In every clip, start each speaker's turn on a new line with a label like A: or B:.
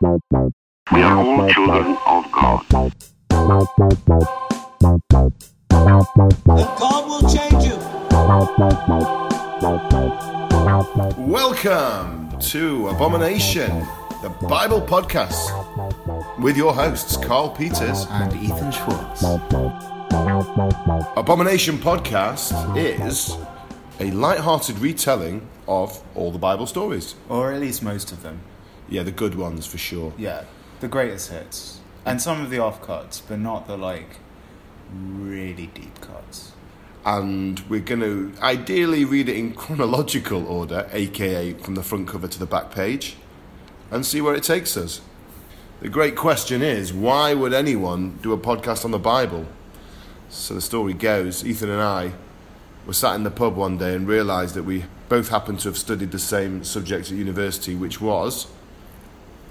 A: We are all children of God.
B: And God will change you.
C: Welcome to Abomination, the Bible podcast, with your hosts, Carl Peters.
D: and Ethan Schwartz.
C: Abomination Podcast is a light-hearted retelling of all the Bible stories.
D: Or at least most of them.
C: Yeah, the good ones for sure.
D: Yeah. The greatest hits. And some of the off cuts, but not the like really deep cuts.
C: And we're going to ideally read it in chronological order, aka from the front cover to the back page, and see where it takes us. The great question is why would anyone do a podcast on the Bible? So the story goes Ethan and I were sat in the pub one day and realised that we both happened to have studied the same subject at university, which was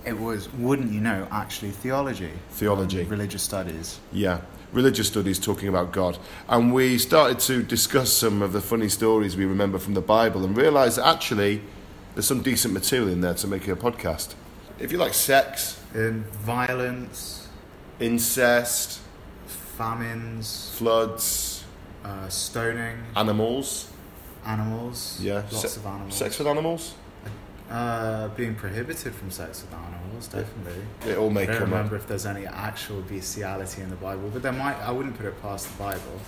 D: It was, wouldn't you know, actually theology.
C: Theology.
D: Religious studies.
C: Yeah, religious studies talking about God. And we started to discuss some of the funny stories we remember from the Bible and realised that actually there's some decent material in there to make a podcast. If you like sex,
D: Um, violence,
C: incest,
D: famines,
C: floods,
D: uh, stoning,
C: animals,
D: animals.
C: yeah,
D: Lots
C: se-
D: of animals.
C: Sex with animals?
D: Uh, being prohibited from sex with animals, definitely.
C: It all may
D: I don't
C: come
D: remember
C: up.
D: if there's any actual bestiality in the Bible, but there might. I wouldn't put it past the Bible.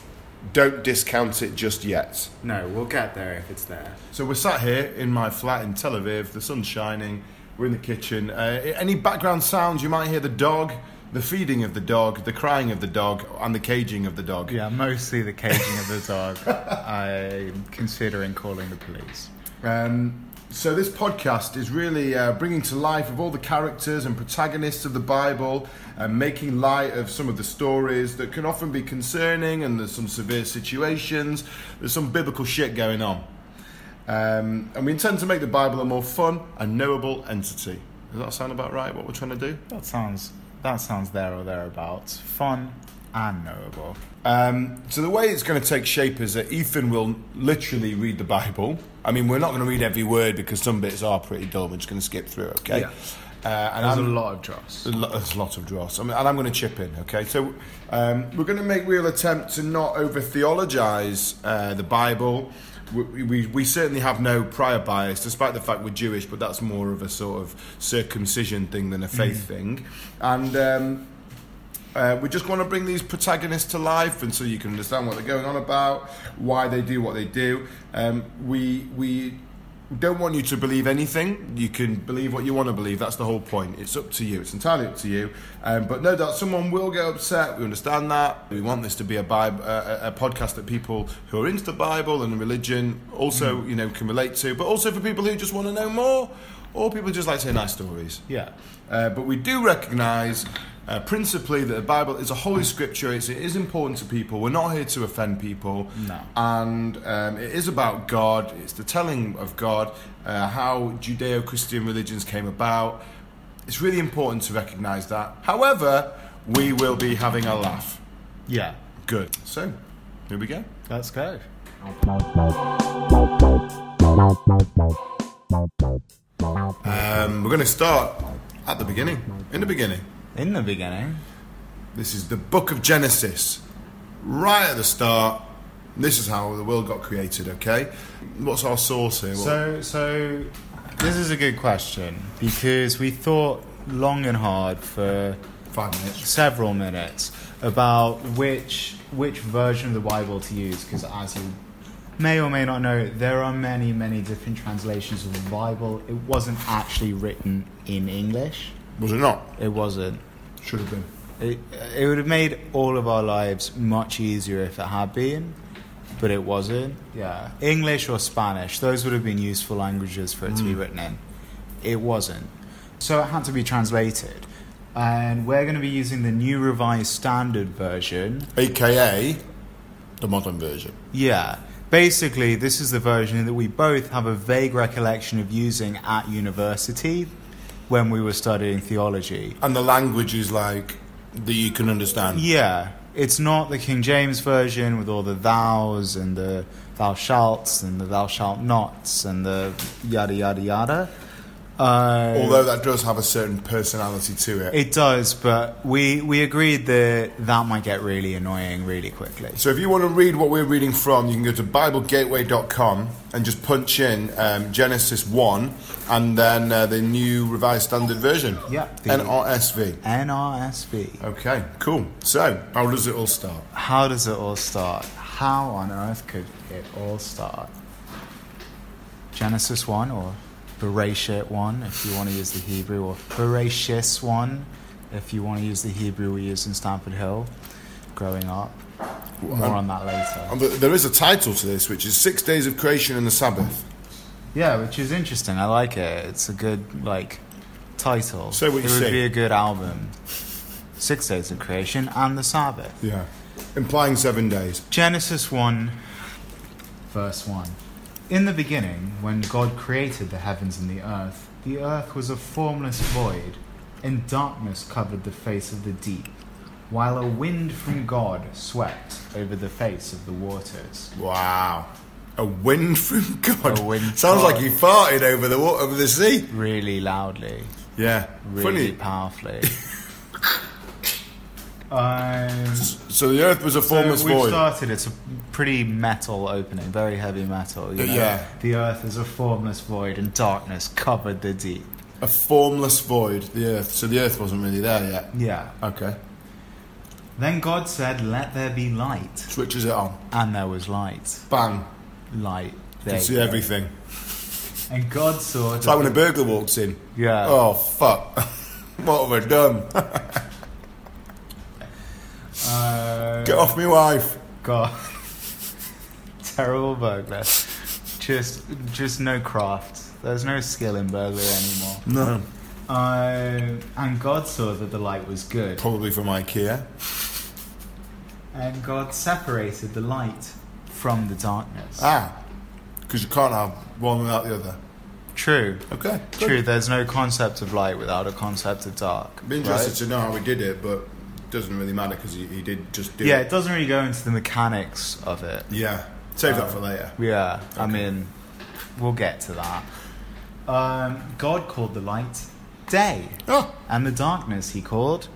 C: Don't discount it just yet.
D: No, we'll get there if it's there.
C: So we're sat here in my flat in Tel Aviv. The sun's shining. We're in the kitchen. Uh, any background sounds you might hear: the dog, the feeding of the dog, the crying of the dog, and the caging of the dog.
D: Yeah, mostly the caging of the dog. I'm considering calling the police.
C: Um, so this podcast is really uh, bringing to life of all the characters and protagonists of the Bible, and making light of some of the stories that can often be concerning, and there's some severe situations. There's some biblical shit going on, um, and we intend to make the Bible a more fun and knowable entity. Does that sound about right? What we're trying to do?
D: That sounds. That sounds there or thereabouts. Fun and knowable.
C: Um, so the way it's going to take shape is that Ethan will literally read the Bible. I mean, we're not going to read every word because some bits are pretty dull. We're just going to skip through, okay?
D: Yeah.
C: Uh, and
D: There's a
C: I'm-
D: lot of dross.
C: A lot, there's a lot of dross. I mean, and I'm going to chip in, okay? So um, we're going to make real attempt to not over theologize uh, the Bible. We, we, we certainly have no prior bias, despite the fact we're Jewish, but that's more of a sort of circumcision thing than a faith
D: Mm.
C: thing. And um, uh, we just want to bring these protagonists to life, and so you can understand what they're going on about, why they do what they do. Um, we we don't want you to believe anything. You can believe what you want to believe. That's the whole point. It's up to you. It's entirely up to you. Um, but no doubt, someone will get upset. We understand that. We want this to be a Bible, uh, a a podcast that people who are into the Bible and religion also you know can relate to, but also for people who just want to know more, or people who just like to hear nice stories.
D: Yeah.
C: Uh, but we do recognise uh, principally that the Bible is a holy scripture. It's, it is important to people. We're not here to offend people.
D: No.
C: And um, it is about God. It's the telling of God, uh, how Judeo Christian religions came about. It's really important to recognise that. However, we will be having a laugh.
D: Yeah.
C: Good. So, here we go.
D: Let's go.
C: Um, we're going to start at the beginning. In the beginning.
D: In the beginning.
C: This is the book of Genesis. Right at the start, this is how the world got created, okay? What's our source here? What-
D: So, so this is a good question because we thought long and hard for
C: five minutes.
D: several minutes about which which version of the Bible to use because as you may or may not know there are many many different translations of the Bible it wasn't actually written in English
C: Was it not?
D: it wasn't
C: Should have been.
D: it, it would have made all of our lives much easier if it had been but it wasn't yeah English or Spanish those would have been useful languages for it to be written in it wasn't so it had to be translated and we're going to be using the new revised standard version
C: AKA the modern version.
D: yeah. Basically, this is the version that we both have a vague recollection of using at university when we were studying theology.
C: And the language is like that you can understand.
D: Yeah. It's not the King James version with all the thous and the thou shalts and the thou shalt nots and the yada yada yada. Uh,
C: Although that does have a certain personality to it.
D: it does, but we we agreed that that might get really annoying really quickly.
C: So if you want to read what we're reading from, you can go to BibleGateway.com and just punch in um, Genesis 1 and then uh, the new Revised Standard Version.
D: Yeah.
C: NRSV.
D: NRSV.
C: Okay, cool. So how does it all start?
D: How does it all start? How on earth could it all start? Genesis 1 or Bereshit 1 if you want to use the Hebrew, or Bereshis 1 if you want to use the Hebrew we used in Stamford Hill growing up. More
C: um,
D: on that later.
C: And th- There is a title to this, which is Six Days of Creation and the Sabbath.
D: Yeah, which is interesting. I like it. It's a good, like, title.
C: Say what
D: it
C: you
D: would
C: say.
D: be a good album. Six Days of Creation and the Sabbath.
C: Yeah. Implying seven days.
D: Genesis 1, verse 1. In the beginning, when God created the heavens and the earth, the earth was a formless void, and darkness covered the face of the deep, while a wind from God swept over the face of the waters.
C: Wow. A wind from God.
D: A wind
C: Sounds
D: from
C: like he farted over the water, over the sea.
D: Really loudly,
C: Yeah.
D: really
C: Funny.
D: powerfully. um,
C: So the earth was a
D: So
C: formless
D: we've
C: void.
D: started. It's a pretty metal opening, very heavy metal. You know?
C: Yeah.
D: The earth is a formless void, and darkness covered the deep.
C: A formless void, the earth. So the earth wasn't really there yet.
D: Yeah.
C: Okay.
D: Then God said, "Let there be light,"
C: Switches it on.
D: and there was light.
C: Bang.
D: Light.
C: Can
D: There you
C: see
D: go.
C: everything.
D: And God saw.
C: It's like when a burglar walks in.
D: Yeah.
C: Oh, fuck. what have I done?
D: Uh,
C: Get off me wife.
D: God. Terrible burglar. Just, just no craft. There's no skill in burglary anymore.
C: No.
D: Uh, and God saw that the light was good.
C: Probably from Ikea.
D: And God separated the light from the darkness.
C: Ah. Because you can't have one without the other.
D: True.
C: Okay. good.
D: True, there's no concept of light without a concept of dark.
C: I'd be interested
D: right?
C: to know how he did it, but it doesn't really matter because he, he did just do
D: Yeah, it
C: it.
D: doesn't really go into the mechanics of it.
C: Yeah. Save
D: Uh,
C: that for later.
D: Yeah, I mean, we'll get to that. Um, God called the light day,
C: Oh.
D: and the darkness he called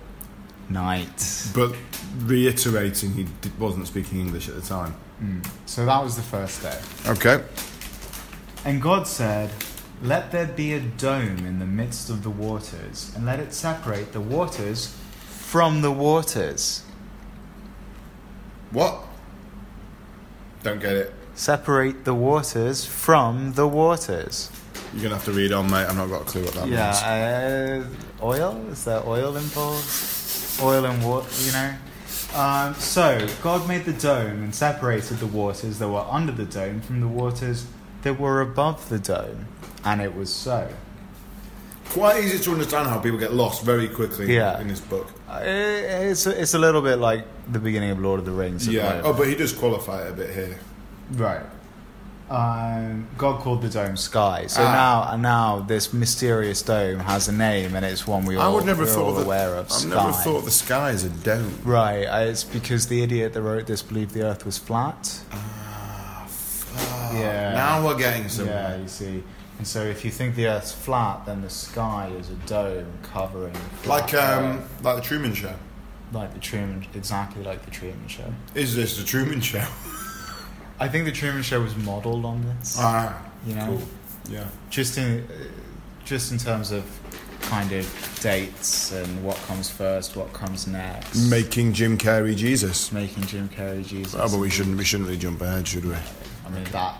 D: night.
C: But reiterating, he d- wasn't speaking English at the time.
D: So that was the first day.
C: Okay.
D: And God said, Let there be a dome in the midst of the waters, and let it separate the waters from the waters.
C: What? Don't get it.
D: Separate the waters from the waters.
C: You're gonna have to read on, mate. I've not got a clue what that means.
D: Yeah, uh, oil? Is there oil involved? Oil and water, you know? Um, so, God made the dome and separated the waters that were under the dome from the waters that were above the dome. And it was so.
C: Quite easy to understand how people get lost very quickly
D: Yeah.
C: in this book.
D: Uh, It's a, it's a little bit like the beginning of Lord of the Rings. at the
C: Yeah.
D: moment.
C: Oh, but he does qualify it a bit here.
D: right. Um, God called the dome sky. So
C: Ah.
D: now, now this mysterious dome has a name, and it's one we all,
C: I would never
D: we're
C: have
D: all
C: thought that.
D: aware of.
C: I've
D: sky.
C: never thought the sky is a dome.
D: Right, uh, it's because the idiot that wrote this believed the Earth was flat. Yeah.
C: Now we're getting somewhere.
D: yeah, you see. And so, if you think the Earth's flat, then the sky is a dome covering. the
C: Like
D: flat
C: um,
D: Earth.
C: like the Truman Show.
D: like the Truman, exactly like the Truman Show.
C: Is this the Truman Show?
D: I think the Truman Show was modelled on this.
C: ah.
D: you know,
C: Cool. Yeah.
D: just in uh, just in terms of kind of dates and what comes first, what comes next.
C: Making Jim Carrey Jesus.
D: making Jim Carrey Jesus.
C: Oh, but we shouldn't. We shouldn't really jump ahead, should we?
D: I mean that.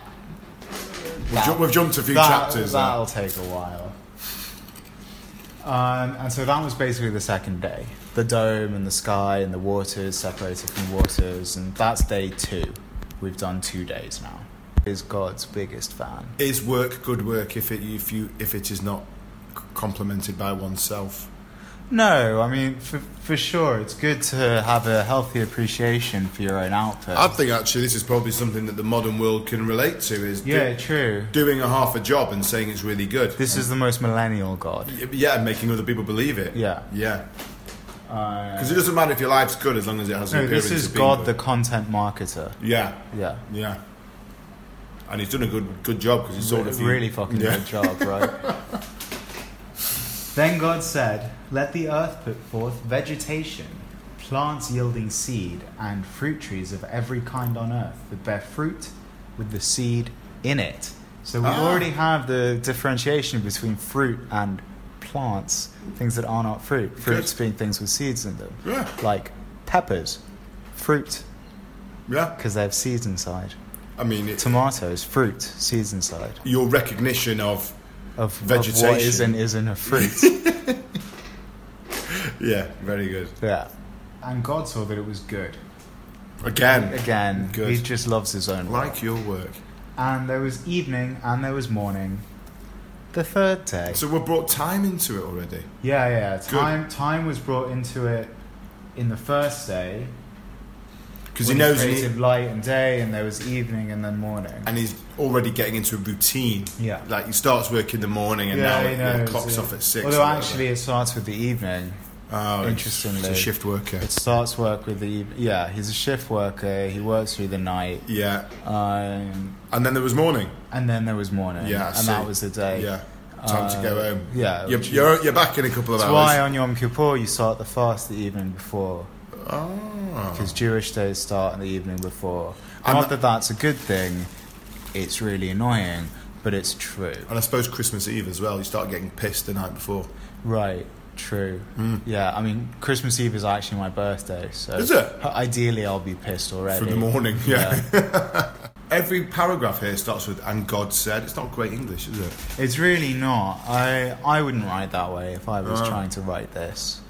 C: We've, ju- we've jumped a few
D: that,
C: chapters. now.
D: That'll take a while. Um, and so that was basically the second day. The dome and the sky and the waters separated from waters, and that's day two. We've done two days now. Is God's biggest fan.
C: Is work good work if it if you if it is not c- complemented by oneself?
D: No, I mean for for sure, it's good to have a healthy appreciation for your own output.
C: I think actually this is probably something that the modern world can relate to is do-
D: yeah, true.
C: doing a half a job and saying it's really good.
D: This is the most millennial God.
C: Y- yeah, and making other people believe it.
D: Yeah.
C: yeah.
D: Uh,
C: Because it doesn't matter if your life's good as long as it has. an
D: no,
C: appearance
D: this is
C: of being
D: God, the
C: good.
D: content marketer.
C: yeah,
D: Yeah.
C: yeah. And he's done a good good job because he's sort
D: Sort
C: of
D: really fucking good job, right? Then God said, Let the earth put forth vegetation, plants yielding seed, and fruit trees of every kind on earth that bear fruit with the seed in it. So we
C: Ah.
D: already have the differentiation between fruit and plants, things that are not fruit. Fruits being things with seeds in them.
C: Yeah.
D: Like peppers, fruit,
C: Yeah.
D: because they have seeds inside.
C: I mean, it,
D: Tomatoes, fruit, seeds inside.
C: your recognition of
D: Of, of what
C: Vegetation.
D: is and isn't a fruit.
C: yeah, very good.
D: yeah. And God saw that it was good.
C: Again,
D: Again,
C: Good.
D: he just loves his own. work.
C: like your work.
D: And there was evening and there was morning. The third day.
C: So we've brought time into it already.
D: yeah, yeah. Time time was brought into it in the first day.
C: Because he
D: when
C: knows, and, he-
D: created light and day and there was evening and then morning.
C: and he's already getting into a routine.
D: Yeah.
C: Like he starts work in the morning, and
D: yeah,
C: now
D: he
C: it
D: knows,
C: clocks
D: yeah.
C: off at six.
D: Although
C: or whatever.
D: actually it starts with the evening.
C: oh,
D: interestingly-
C: it's a shift worker.
D: It starts work with the eve- yeah, he's a shift worker, he works through the night.
C: Yeah,
D: Um,
C: and then there was morning.
D: and then there was morning.
C: Yeah, I
D: and
C: see.
D: that was the day.
C: Yeah, time
D: Uh,
C: to go home.
D: yeah,
C: you're,
D: which is-
C: you're, you're back in a couple of
D: That's
C: hours.
D: why on Yom Kippur you start the fast the evening before.
C: oh,
D: because Jewish days start in the evening before.
C: And
D: Not
C: the-
D: that that's a good thing, it's really annoying, but it's true.
C: and I suppose Christmas Eve as well. You start getting pissed the night before.
D: Right, true. Yeah, I mean, Christmas Eve is actually my birthday, so.
C: Hmm. Is it?
D: Ideally, I'll be pissed already.
C: From the morning, yeah. Every paragraph here starts with "and God said." It's not great English, is it?
D: It's really not. I, I wouldn't write that way if I was
C: Oh.
D: trying to write this.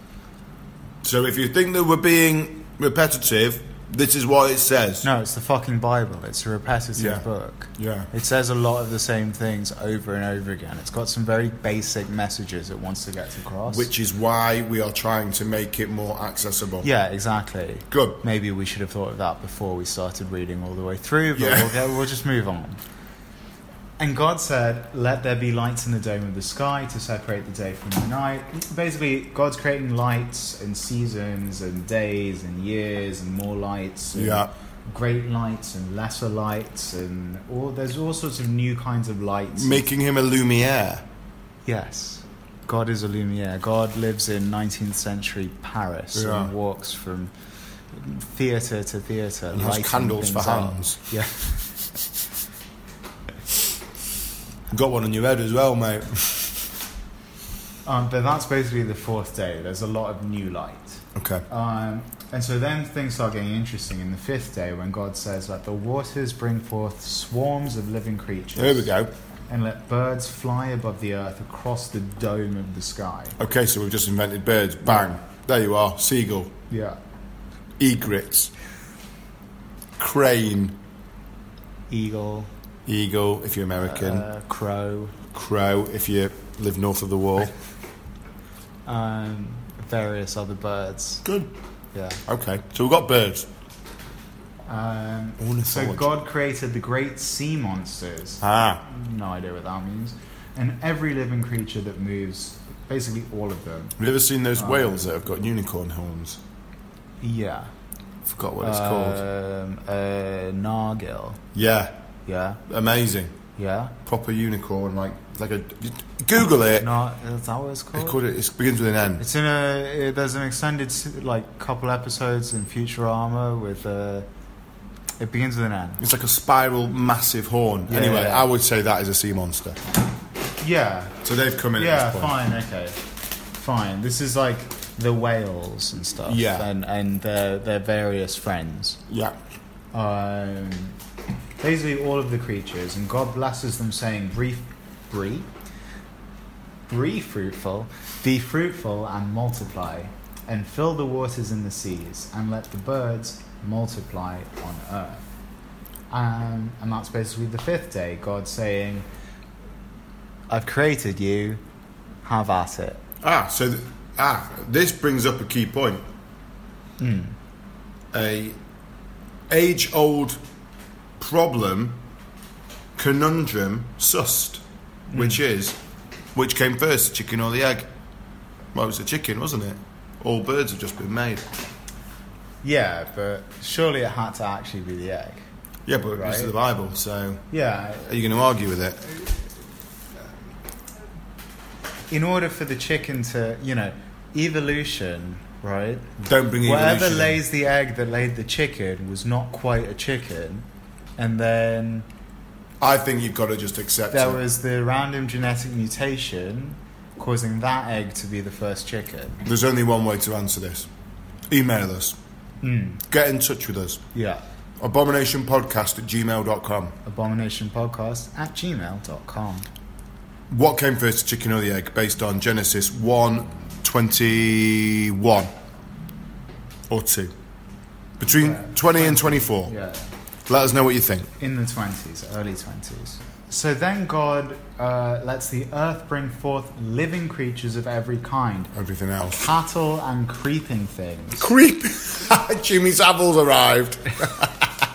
C: So if you think that we're being repetitive, this is what it says.
D: No, it's the fucking Bible, it's a repetitive
C: Yeah.
D: book.
C: Yeah.
D: It says a lot of the same things over and over again. It's got some very basic messages it wants to get across.
C: Which is why we are trying to make it more accessible.
D: Yeah, exactly.
C: Good.
D: Maybe we should have thought of that before we started reading all the way through, but
C: Yeah.
D: we'll, go- we'll just move on. And God said, Let there be lights in the dome of the sky to separate the day from the night. Basically, God's creating lights and seasons and days and years and more lights. And
C: Yeah.
D: Great lights and lesser lights, and all there's all sorts of new kinds of lights.
C: Making him a Lumiere.
D: Yes. God is a Lumiere. God lives in 19th century Paris
C: Yeah.
D: and walks from theatre to theatre.
C: And has
D: lighting
C: candles for
D: things up.
C: hands.
D: Yeah.
C: Got one on your head as well, mate.
D: Um, but that's basically the fourth day. There's a lot of new light.
C: Okay.
D: Um, and so then things start getting interesting in the fifth day when God says, Let the waters bring forth swarms of living creatures.
C: Here we go.
D: And let birds fly above the earth across the dome of the sky.
C: Okay, so we've just invented birds. Bang. There you are. Seagull.
D: Yeah.
C: Egret. Crane.
D: Eagle,
C: Eagle, if you're American.
D: uh, crow,
C: Crow, if you live north of the wall.
D: um, various other birds.
C: Good.
D: Yeah.
C: Okay. So we've got birds.
D: Um, so
C: Ornithology.
D: God created the great sea monsters.
C: Ah.
D: No idea what that means. And every living creature that moves, basically all of them.
C: Have you ever seen
D: Oh.
C: those whales that have got unicorn horns?
D: Yeah.
C: Forgot what it's
D: Uh.
C: called.
D: Um, uh, nargil.
C: Yeah,
D: Yeah.
C: amazing.
D: Yeah.
C: Proper unicorn, like like a. Google it.
D: Nar- is that what it's
C: They
D: called?
C: called it. It begins with an N.
D: It's in a. uh, There's an extended s- like couple episodes in Futurama with. Uh, it begins with an N.
C: It's like a spiral, massive horn.
D: Yeah,
C: anyway,
D: yeah.
C: I would say that is a sea monster.
D: Yeah.
C: So they've come in.
D: Yeah,
C: at this point.
D: fine, okay. Fine. This is like the whales and stuff.
C: Yeah.
D: And, and their, their various friends.
C: Yeah.
D: Um, basically, all of the creatures. And God blesses them, saying, Be, be, be fruitful, be fruitful and multiply, and fill the waters in the seas, and let the birds multiply on earth. Um, and that's basically the fifth day. God saying, I've created you, have at it.
C: Ah, so th- ah, this brings up a key point.
D: Hmm.
C: A age-old problem, conundrum, sussed,
D: Hmm.
C: which is which came first, chicken or the egg? Well, it was the chicken, wasn't it? All birds have just been made.
D: Yeah, but surely it had to actually be the egg.
C: Yeah, but this
D: Right.
C: is the Bible, so
D: Yeah,
C: are you going to argue with it?
D: in order for the chicken to, you know, evolution, right?
C: Don't bring
D: Whatever
C: evolution in.
D: lays the egg that laid the chicken was not quite a chicken. And then
C: I think you've got to just accept
D: there
C: it.
D: was the random genetic mutation causing that egg to be the first chicken.
C: There's only one way to answer this. Email us.
D: Hmm.
C: Get in touch with us.
D: Yeah.
C: Abominationpodcast at gmail.com.
D: abominationpodcast at gmail.com.
C: What came first, the chicken or the egg, based on Genesis 1 21 or 2? Between 20 and 24.
D: Yeah.
C: Let us know what you think.
D: In the 20s, early 20s. So then God uh, lets the earth bring forth living creatures of every kind,
C: Everything else.
D: cattle and creeping things,
C: Creep! Jimmy Savile's arrived.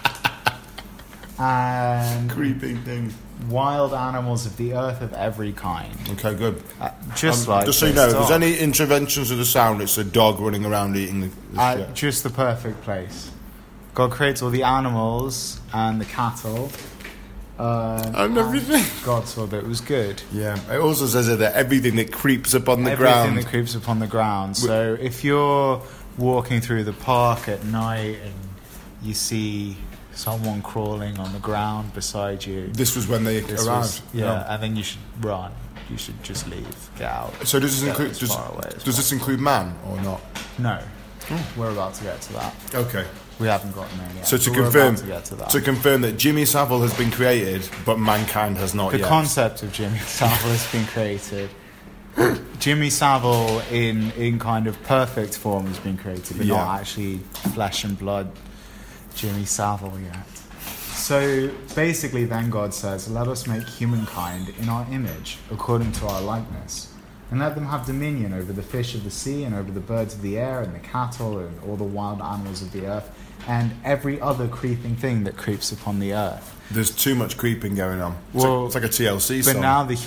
D: and
C: Creeping thing.
D: wild animals of the earth of every kind.
C: Okay, good.
D: Uh, just
C: Um,
D: like.
C: just so you
D: this
C: know, if there's
D: dog.
C: any interventions of the sound, it's a dog running around eating the. the
D: Uh,
C: shit.
D: Just the perfect place. God creates all the animals and the cattle. Um,
C: And everything.
D: God saw that it was good.
C: Yeah, it also says that everything that creeps upon the
D: everything
C: ground.
D: that creeps upon the ground. So if you're walking through the park at night and you see someone crawling on the ground beside you,
C: This was when they
D: this
C: arrived.
D: was- yeah, and then you should run. You should just leave. Get out.
C: So does this
D: Get
C: include
D: as
C: does,
D: far away as
C: does this Oh. include man or not?
D: possible. No, we're about to get to that.
C: Okay.
D: We haven't gotten there yet.
C: So to
D: but we're
C: confirm,
D: about to, get to that.
C: to confirm that Jimmy Savile has been created, but mankind has not
D: the
C: yet.
D: concept of Jimmy Savile has been created. Jimmy Savile in in kind of perfect form has been created, but
C: Yeah.
D: not actually flesh and blood Jimmy Savile yet. So basically, then God says, "Let us make humankind in our image, according to our likeness." And let them have dominion over the fish of the sea, and over the birds of the air, and the cattle, and all the wild animals of the earth, and every other creeping thing that creeps upon the earth.
C: There's too much creeping going on. It's,
D: Well,
C: like, it's like a TLC
D: But
C: song.
D: now the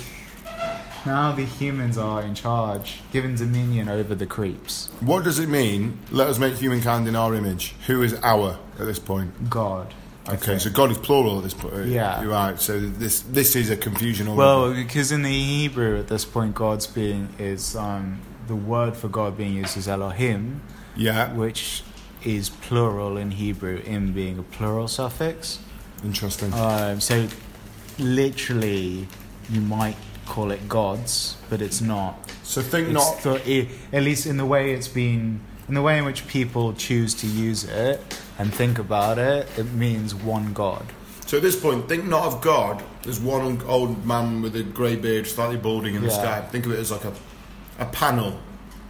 D: now the humans are in charge, given dominion over the creeps.
C: what does it mean? Let us make humankind in our image. Who is our at this point?
D: God. I
C: Okay,
D: think.
C: so God is plural at this point.
D: Yeah.
C: You're right. So this this is a confusion. already.
D: well, because in the Hebrew at this point, God's being is um, the word for God being used is Elohim,
C: yeah,
D: which is plural in Hebrew, "im" being a plural suffix.
C: interesting.
D: Um, so, literally, you might call it gods, but it's not.
C: so think
D: It's
C: not
D: thought- i- at least in the way it's been in the way in which people choose to use it and think about it it means one god
C: So at this point, think not of God as one old man with a grey beard, slightly balding in the
D: Yeah.
C: sky. Think of it as like a, a panel.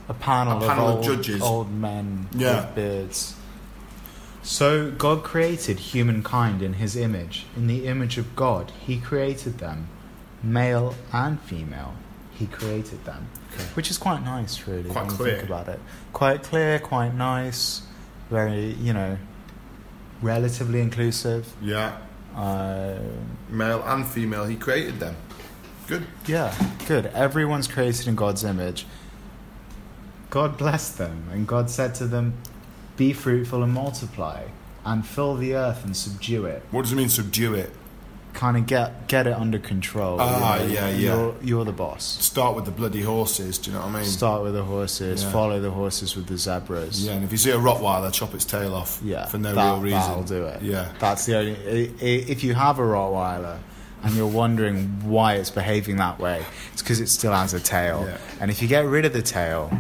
D: a panel,
C: A panel of
D: old,
C: judges.
D: old men
C: Yeah.
D: with beards so god created humankind in his image in the image of god he created them male and female he created them which is quite nice really
C: Quite
D: when you
C: clear.
D: think about it quite clear quite nice very you know relatively inclusive
C: Yeah,
D: Um,
C: male and female. He created them. Good.
D: yeah, good. Everyone's created in God's image. God blessed them, and God said to them, Be fruitful and multiply, and fill the earth and subdue it.
C: What does it mean? Subdue it.
D: Kind of get get it under control. you
C: Ah,
D: know,
C: yeah, yeah.
D: You're, you're the boss.
C: Start with the bloody horses. Do you know what I mean?
D: Start with the horses,
C: Yeah.
D: follow the horses with the zebras.
C: Yeah, and if you see a Rottweiler, chop its tail off.
D: Yeah,
C: for no
D: that-
C: real reason.
D: That'll do it.
C: Yeah.
D: that's the only. i- i- If you have a Rottweiler and you're wondering why it's behaving that way, it's because it still has a tail.
C: Yeah.
D: And if you get rid of the tail,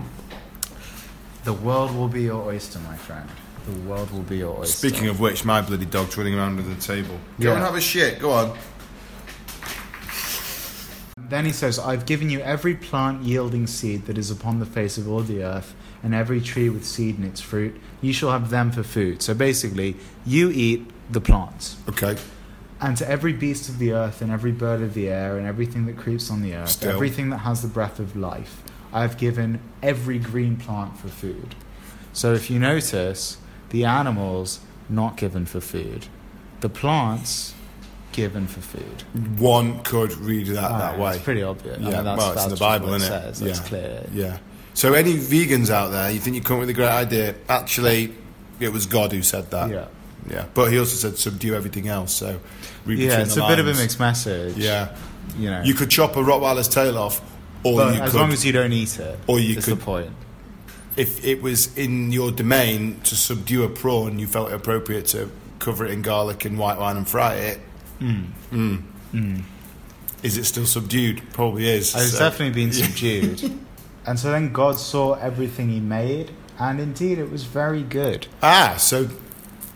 D: the world will be your oyster, my friend. The world will be your oyster.
C: Speaking of which, my bloody dog's running around under the table. Go
D: Yeah.
C: and have a shit. Go on.
D: Then he says, I've given you every plant yielding seed that is upon the face of all the earth, and every tree with seed in its fruit. You shall have them for food. So basically, you eat the plants.
C: Okay.
D: And to every beast of the earth, and every bird of the air, and everything that creeps on the earth,
C: Still.
D: everything that has the breath of life, I have given every green plant for food. So if you notice, the animals not given for food, the plants given for food.
C: One could read that that
D: Uh,
C: way.
D: It's pretty obvious. I
C: Yeah,
D: mean, that's,
C: well, it's
D: that's
C: in the
D: just
C: Bible,
D: what
C: isn't it?
D: says. That's
C: yeah.
D: clear.
C: Yeah. So, any vegans out there, you think you come up with a great idea? Actually, it was God who said that.
D: Yeah.
C: Yeah. But he also said subdue everything else. So, read
D: Yeah,
C: between
D: it's
C: the
D: a bit of a
C: lines.
D: mixed message.
C: Yeah.
D: You know,
C: You could chop a Rottweiler's tail off,
B: Or
D: But
B: you
D: as
B: could,
D: long as you don't eat it,
B: Or you
D: is
B: could-
D: the point.
B: if it was in your domain to subdue a prawn, you felt it appropriate to cover it in garlic and white wine and fry it. Mm.
D: Hmm.
C: Hmm.
B: Is it still subdued? Probably is.
D: It's
B: so-
D: definitely been subdued. and so then God saw everything he made, and indeed it was very good.
B: Ah, so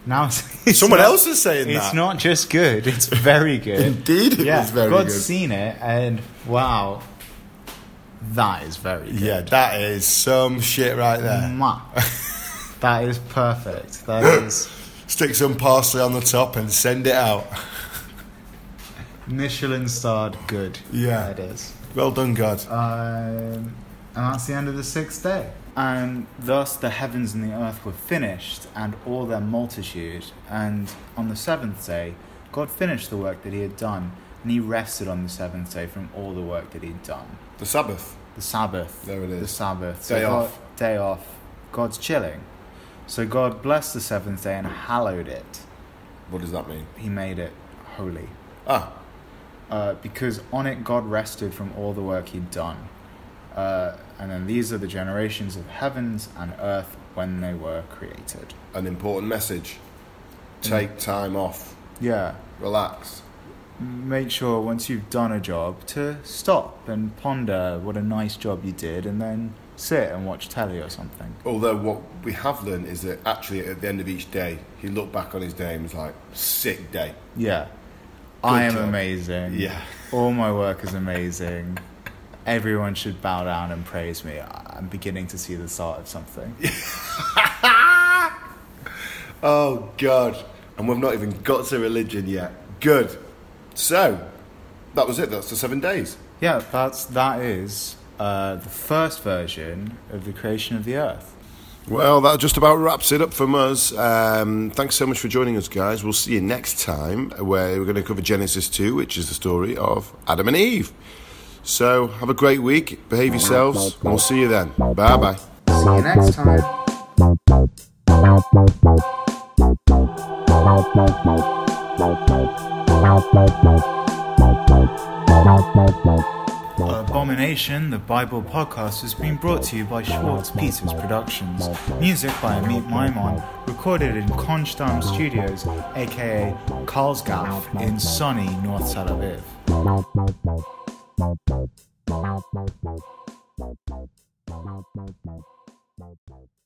D: Now it's, it's
B: someone
D: not-
B: else is saying
D: It's
B: that.
D: not just good; it's very good.
C: Indeed, it
D: yeah,
C: was very
D: God's
C: good.
D: seen it, and wow, that is very good.
B: yeah, that is some shit right
D: Mm.
B: there.
D: Mwah. that is perfect. That is
B: Stick some parsley on the top and send it out.
D: Michelin starred good.
B: Yeah.
D: it is.
B: Well done, God.
D: Um, and that's the end of the sixth day. And thus the heavens and the earth were finished, and all their multitude. And on the seventh day, God finished the work that he had done, and he rested on the seventh day from all the work that he'd done.
C: The Sabbath.
D: The Sabbath.
C: There it is.
D: The Sabbath.
C: Day
D: God-
C: off.
D: Day off. God's chilling. So God blessed the seventh day and hallowed it.
C: What does that mean?
D: He made it holy.
C: Ah,
D: uh, because on it God rested from all the work he'd done. Uh, and then these are the generations of heavens and earth when they were created.
C: an important message. Take time off.
D: Yeah.
C: Relax.
D: Make sure once you've done a job to stop and ponder what a nice job you did and then sit and watch telly or something.
C: Although what we have learned is that actually at the end of each day, he looked back on his day and was like, "Sick day."
D: Yeah. I am
C: job.
D: amazing.
C: Yeah.
D: All my work is amazing. Everyone should bow down and praise me. I- I'm beginning to see the start of something.
C: Oh God! And we've not even got to religion yet. Good. So that was it. That's the seven days.
D: Yeah, that's that is uh, the first version of the creation of the earth.
C: Well, that just about wraps it up from us. Um, thanks so much for joining us, guys. We'll see you next time, where we're going to cover Genesis 2, which is the story of Adam and Eve. So, have a great week, behave yourselves, and we'll see you then. Bye bye.
D: See you next time. Abomination, the Bible podcast, has been brought to you by Schwartz Peters Productions. Music by Amit Maimon, recorded in Konstam Studios, aka Karlsgaff, in sunny North Tel Aviv.
E: Bye.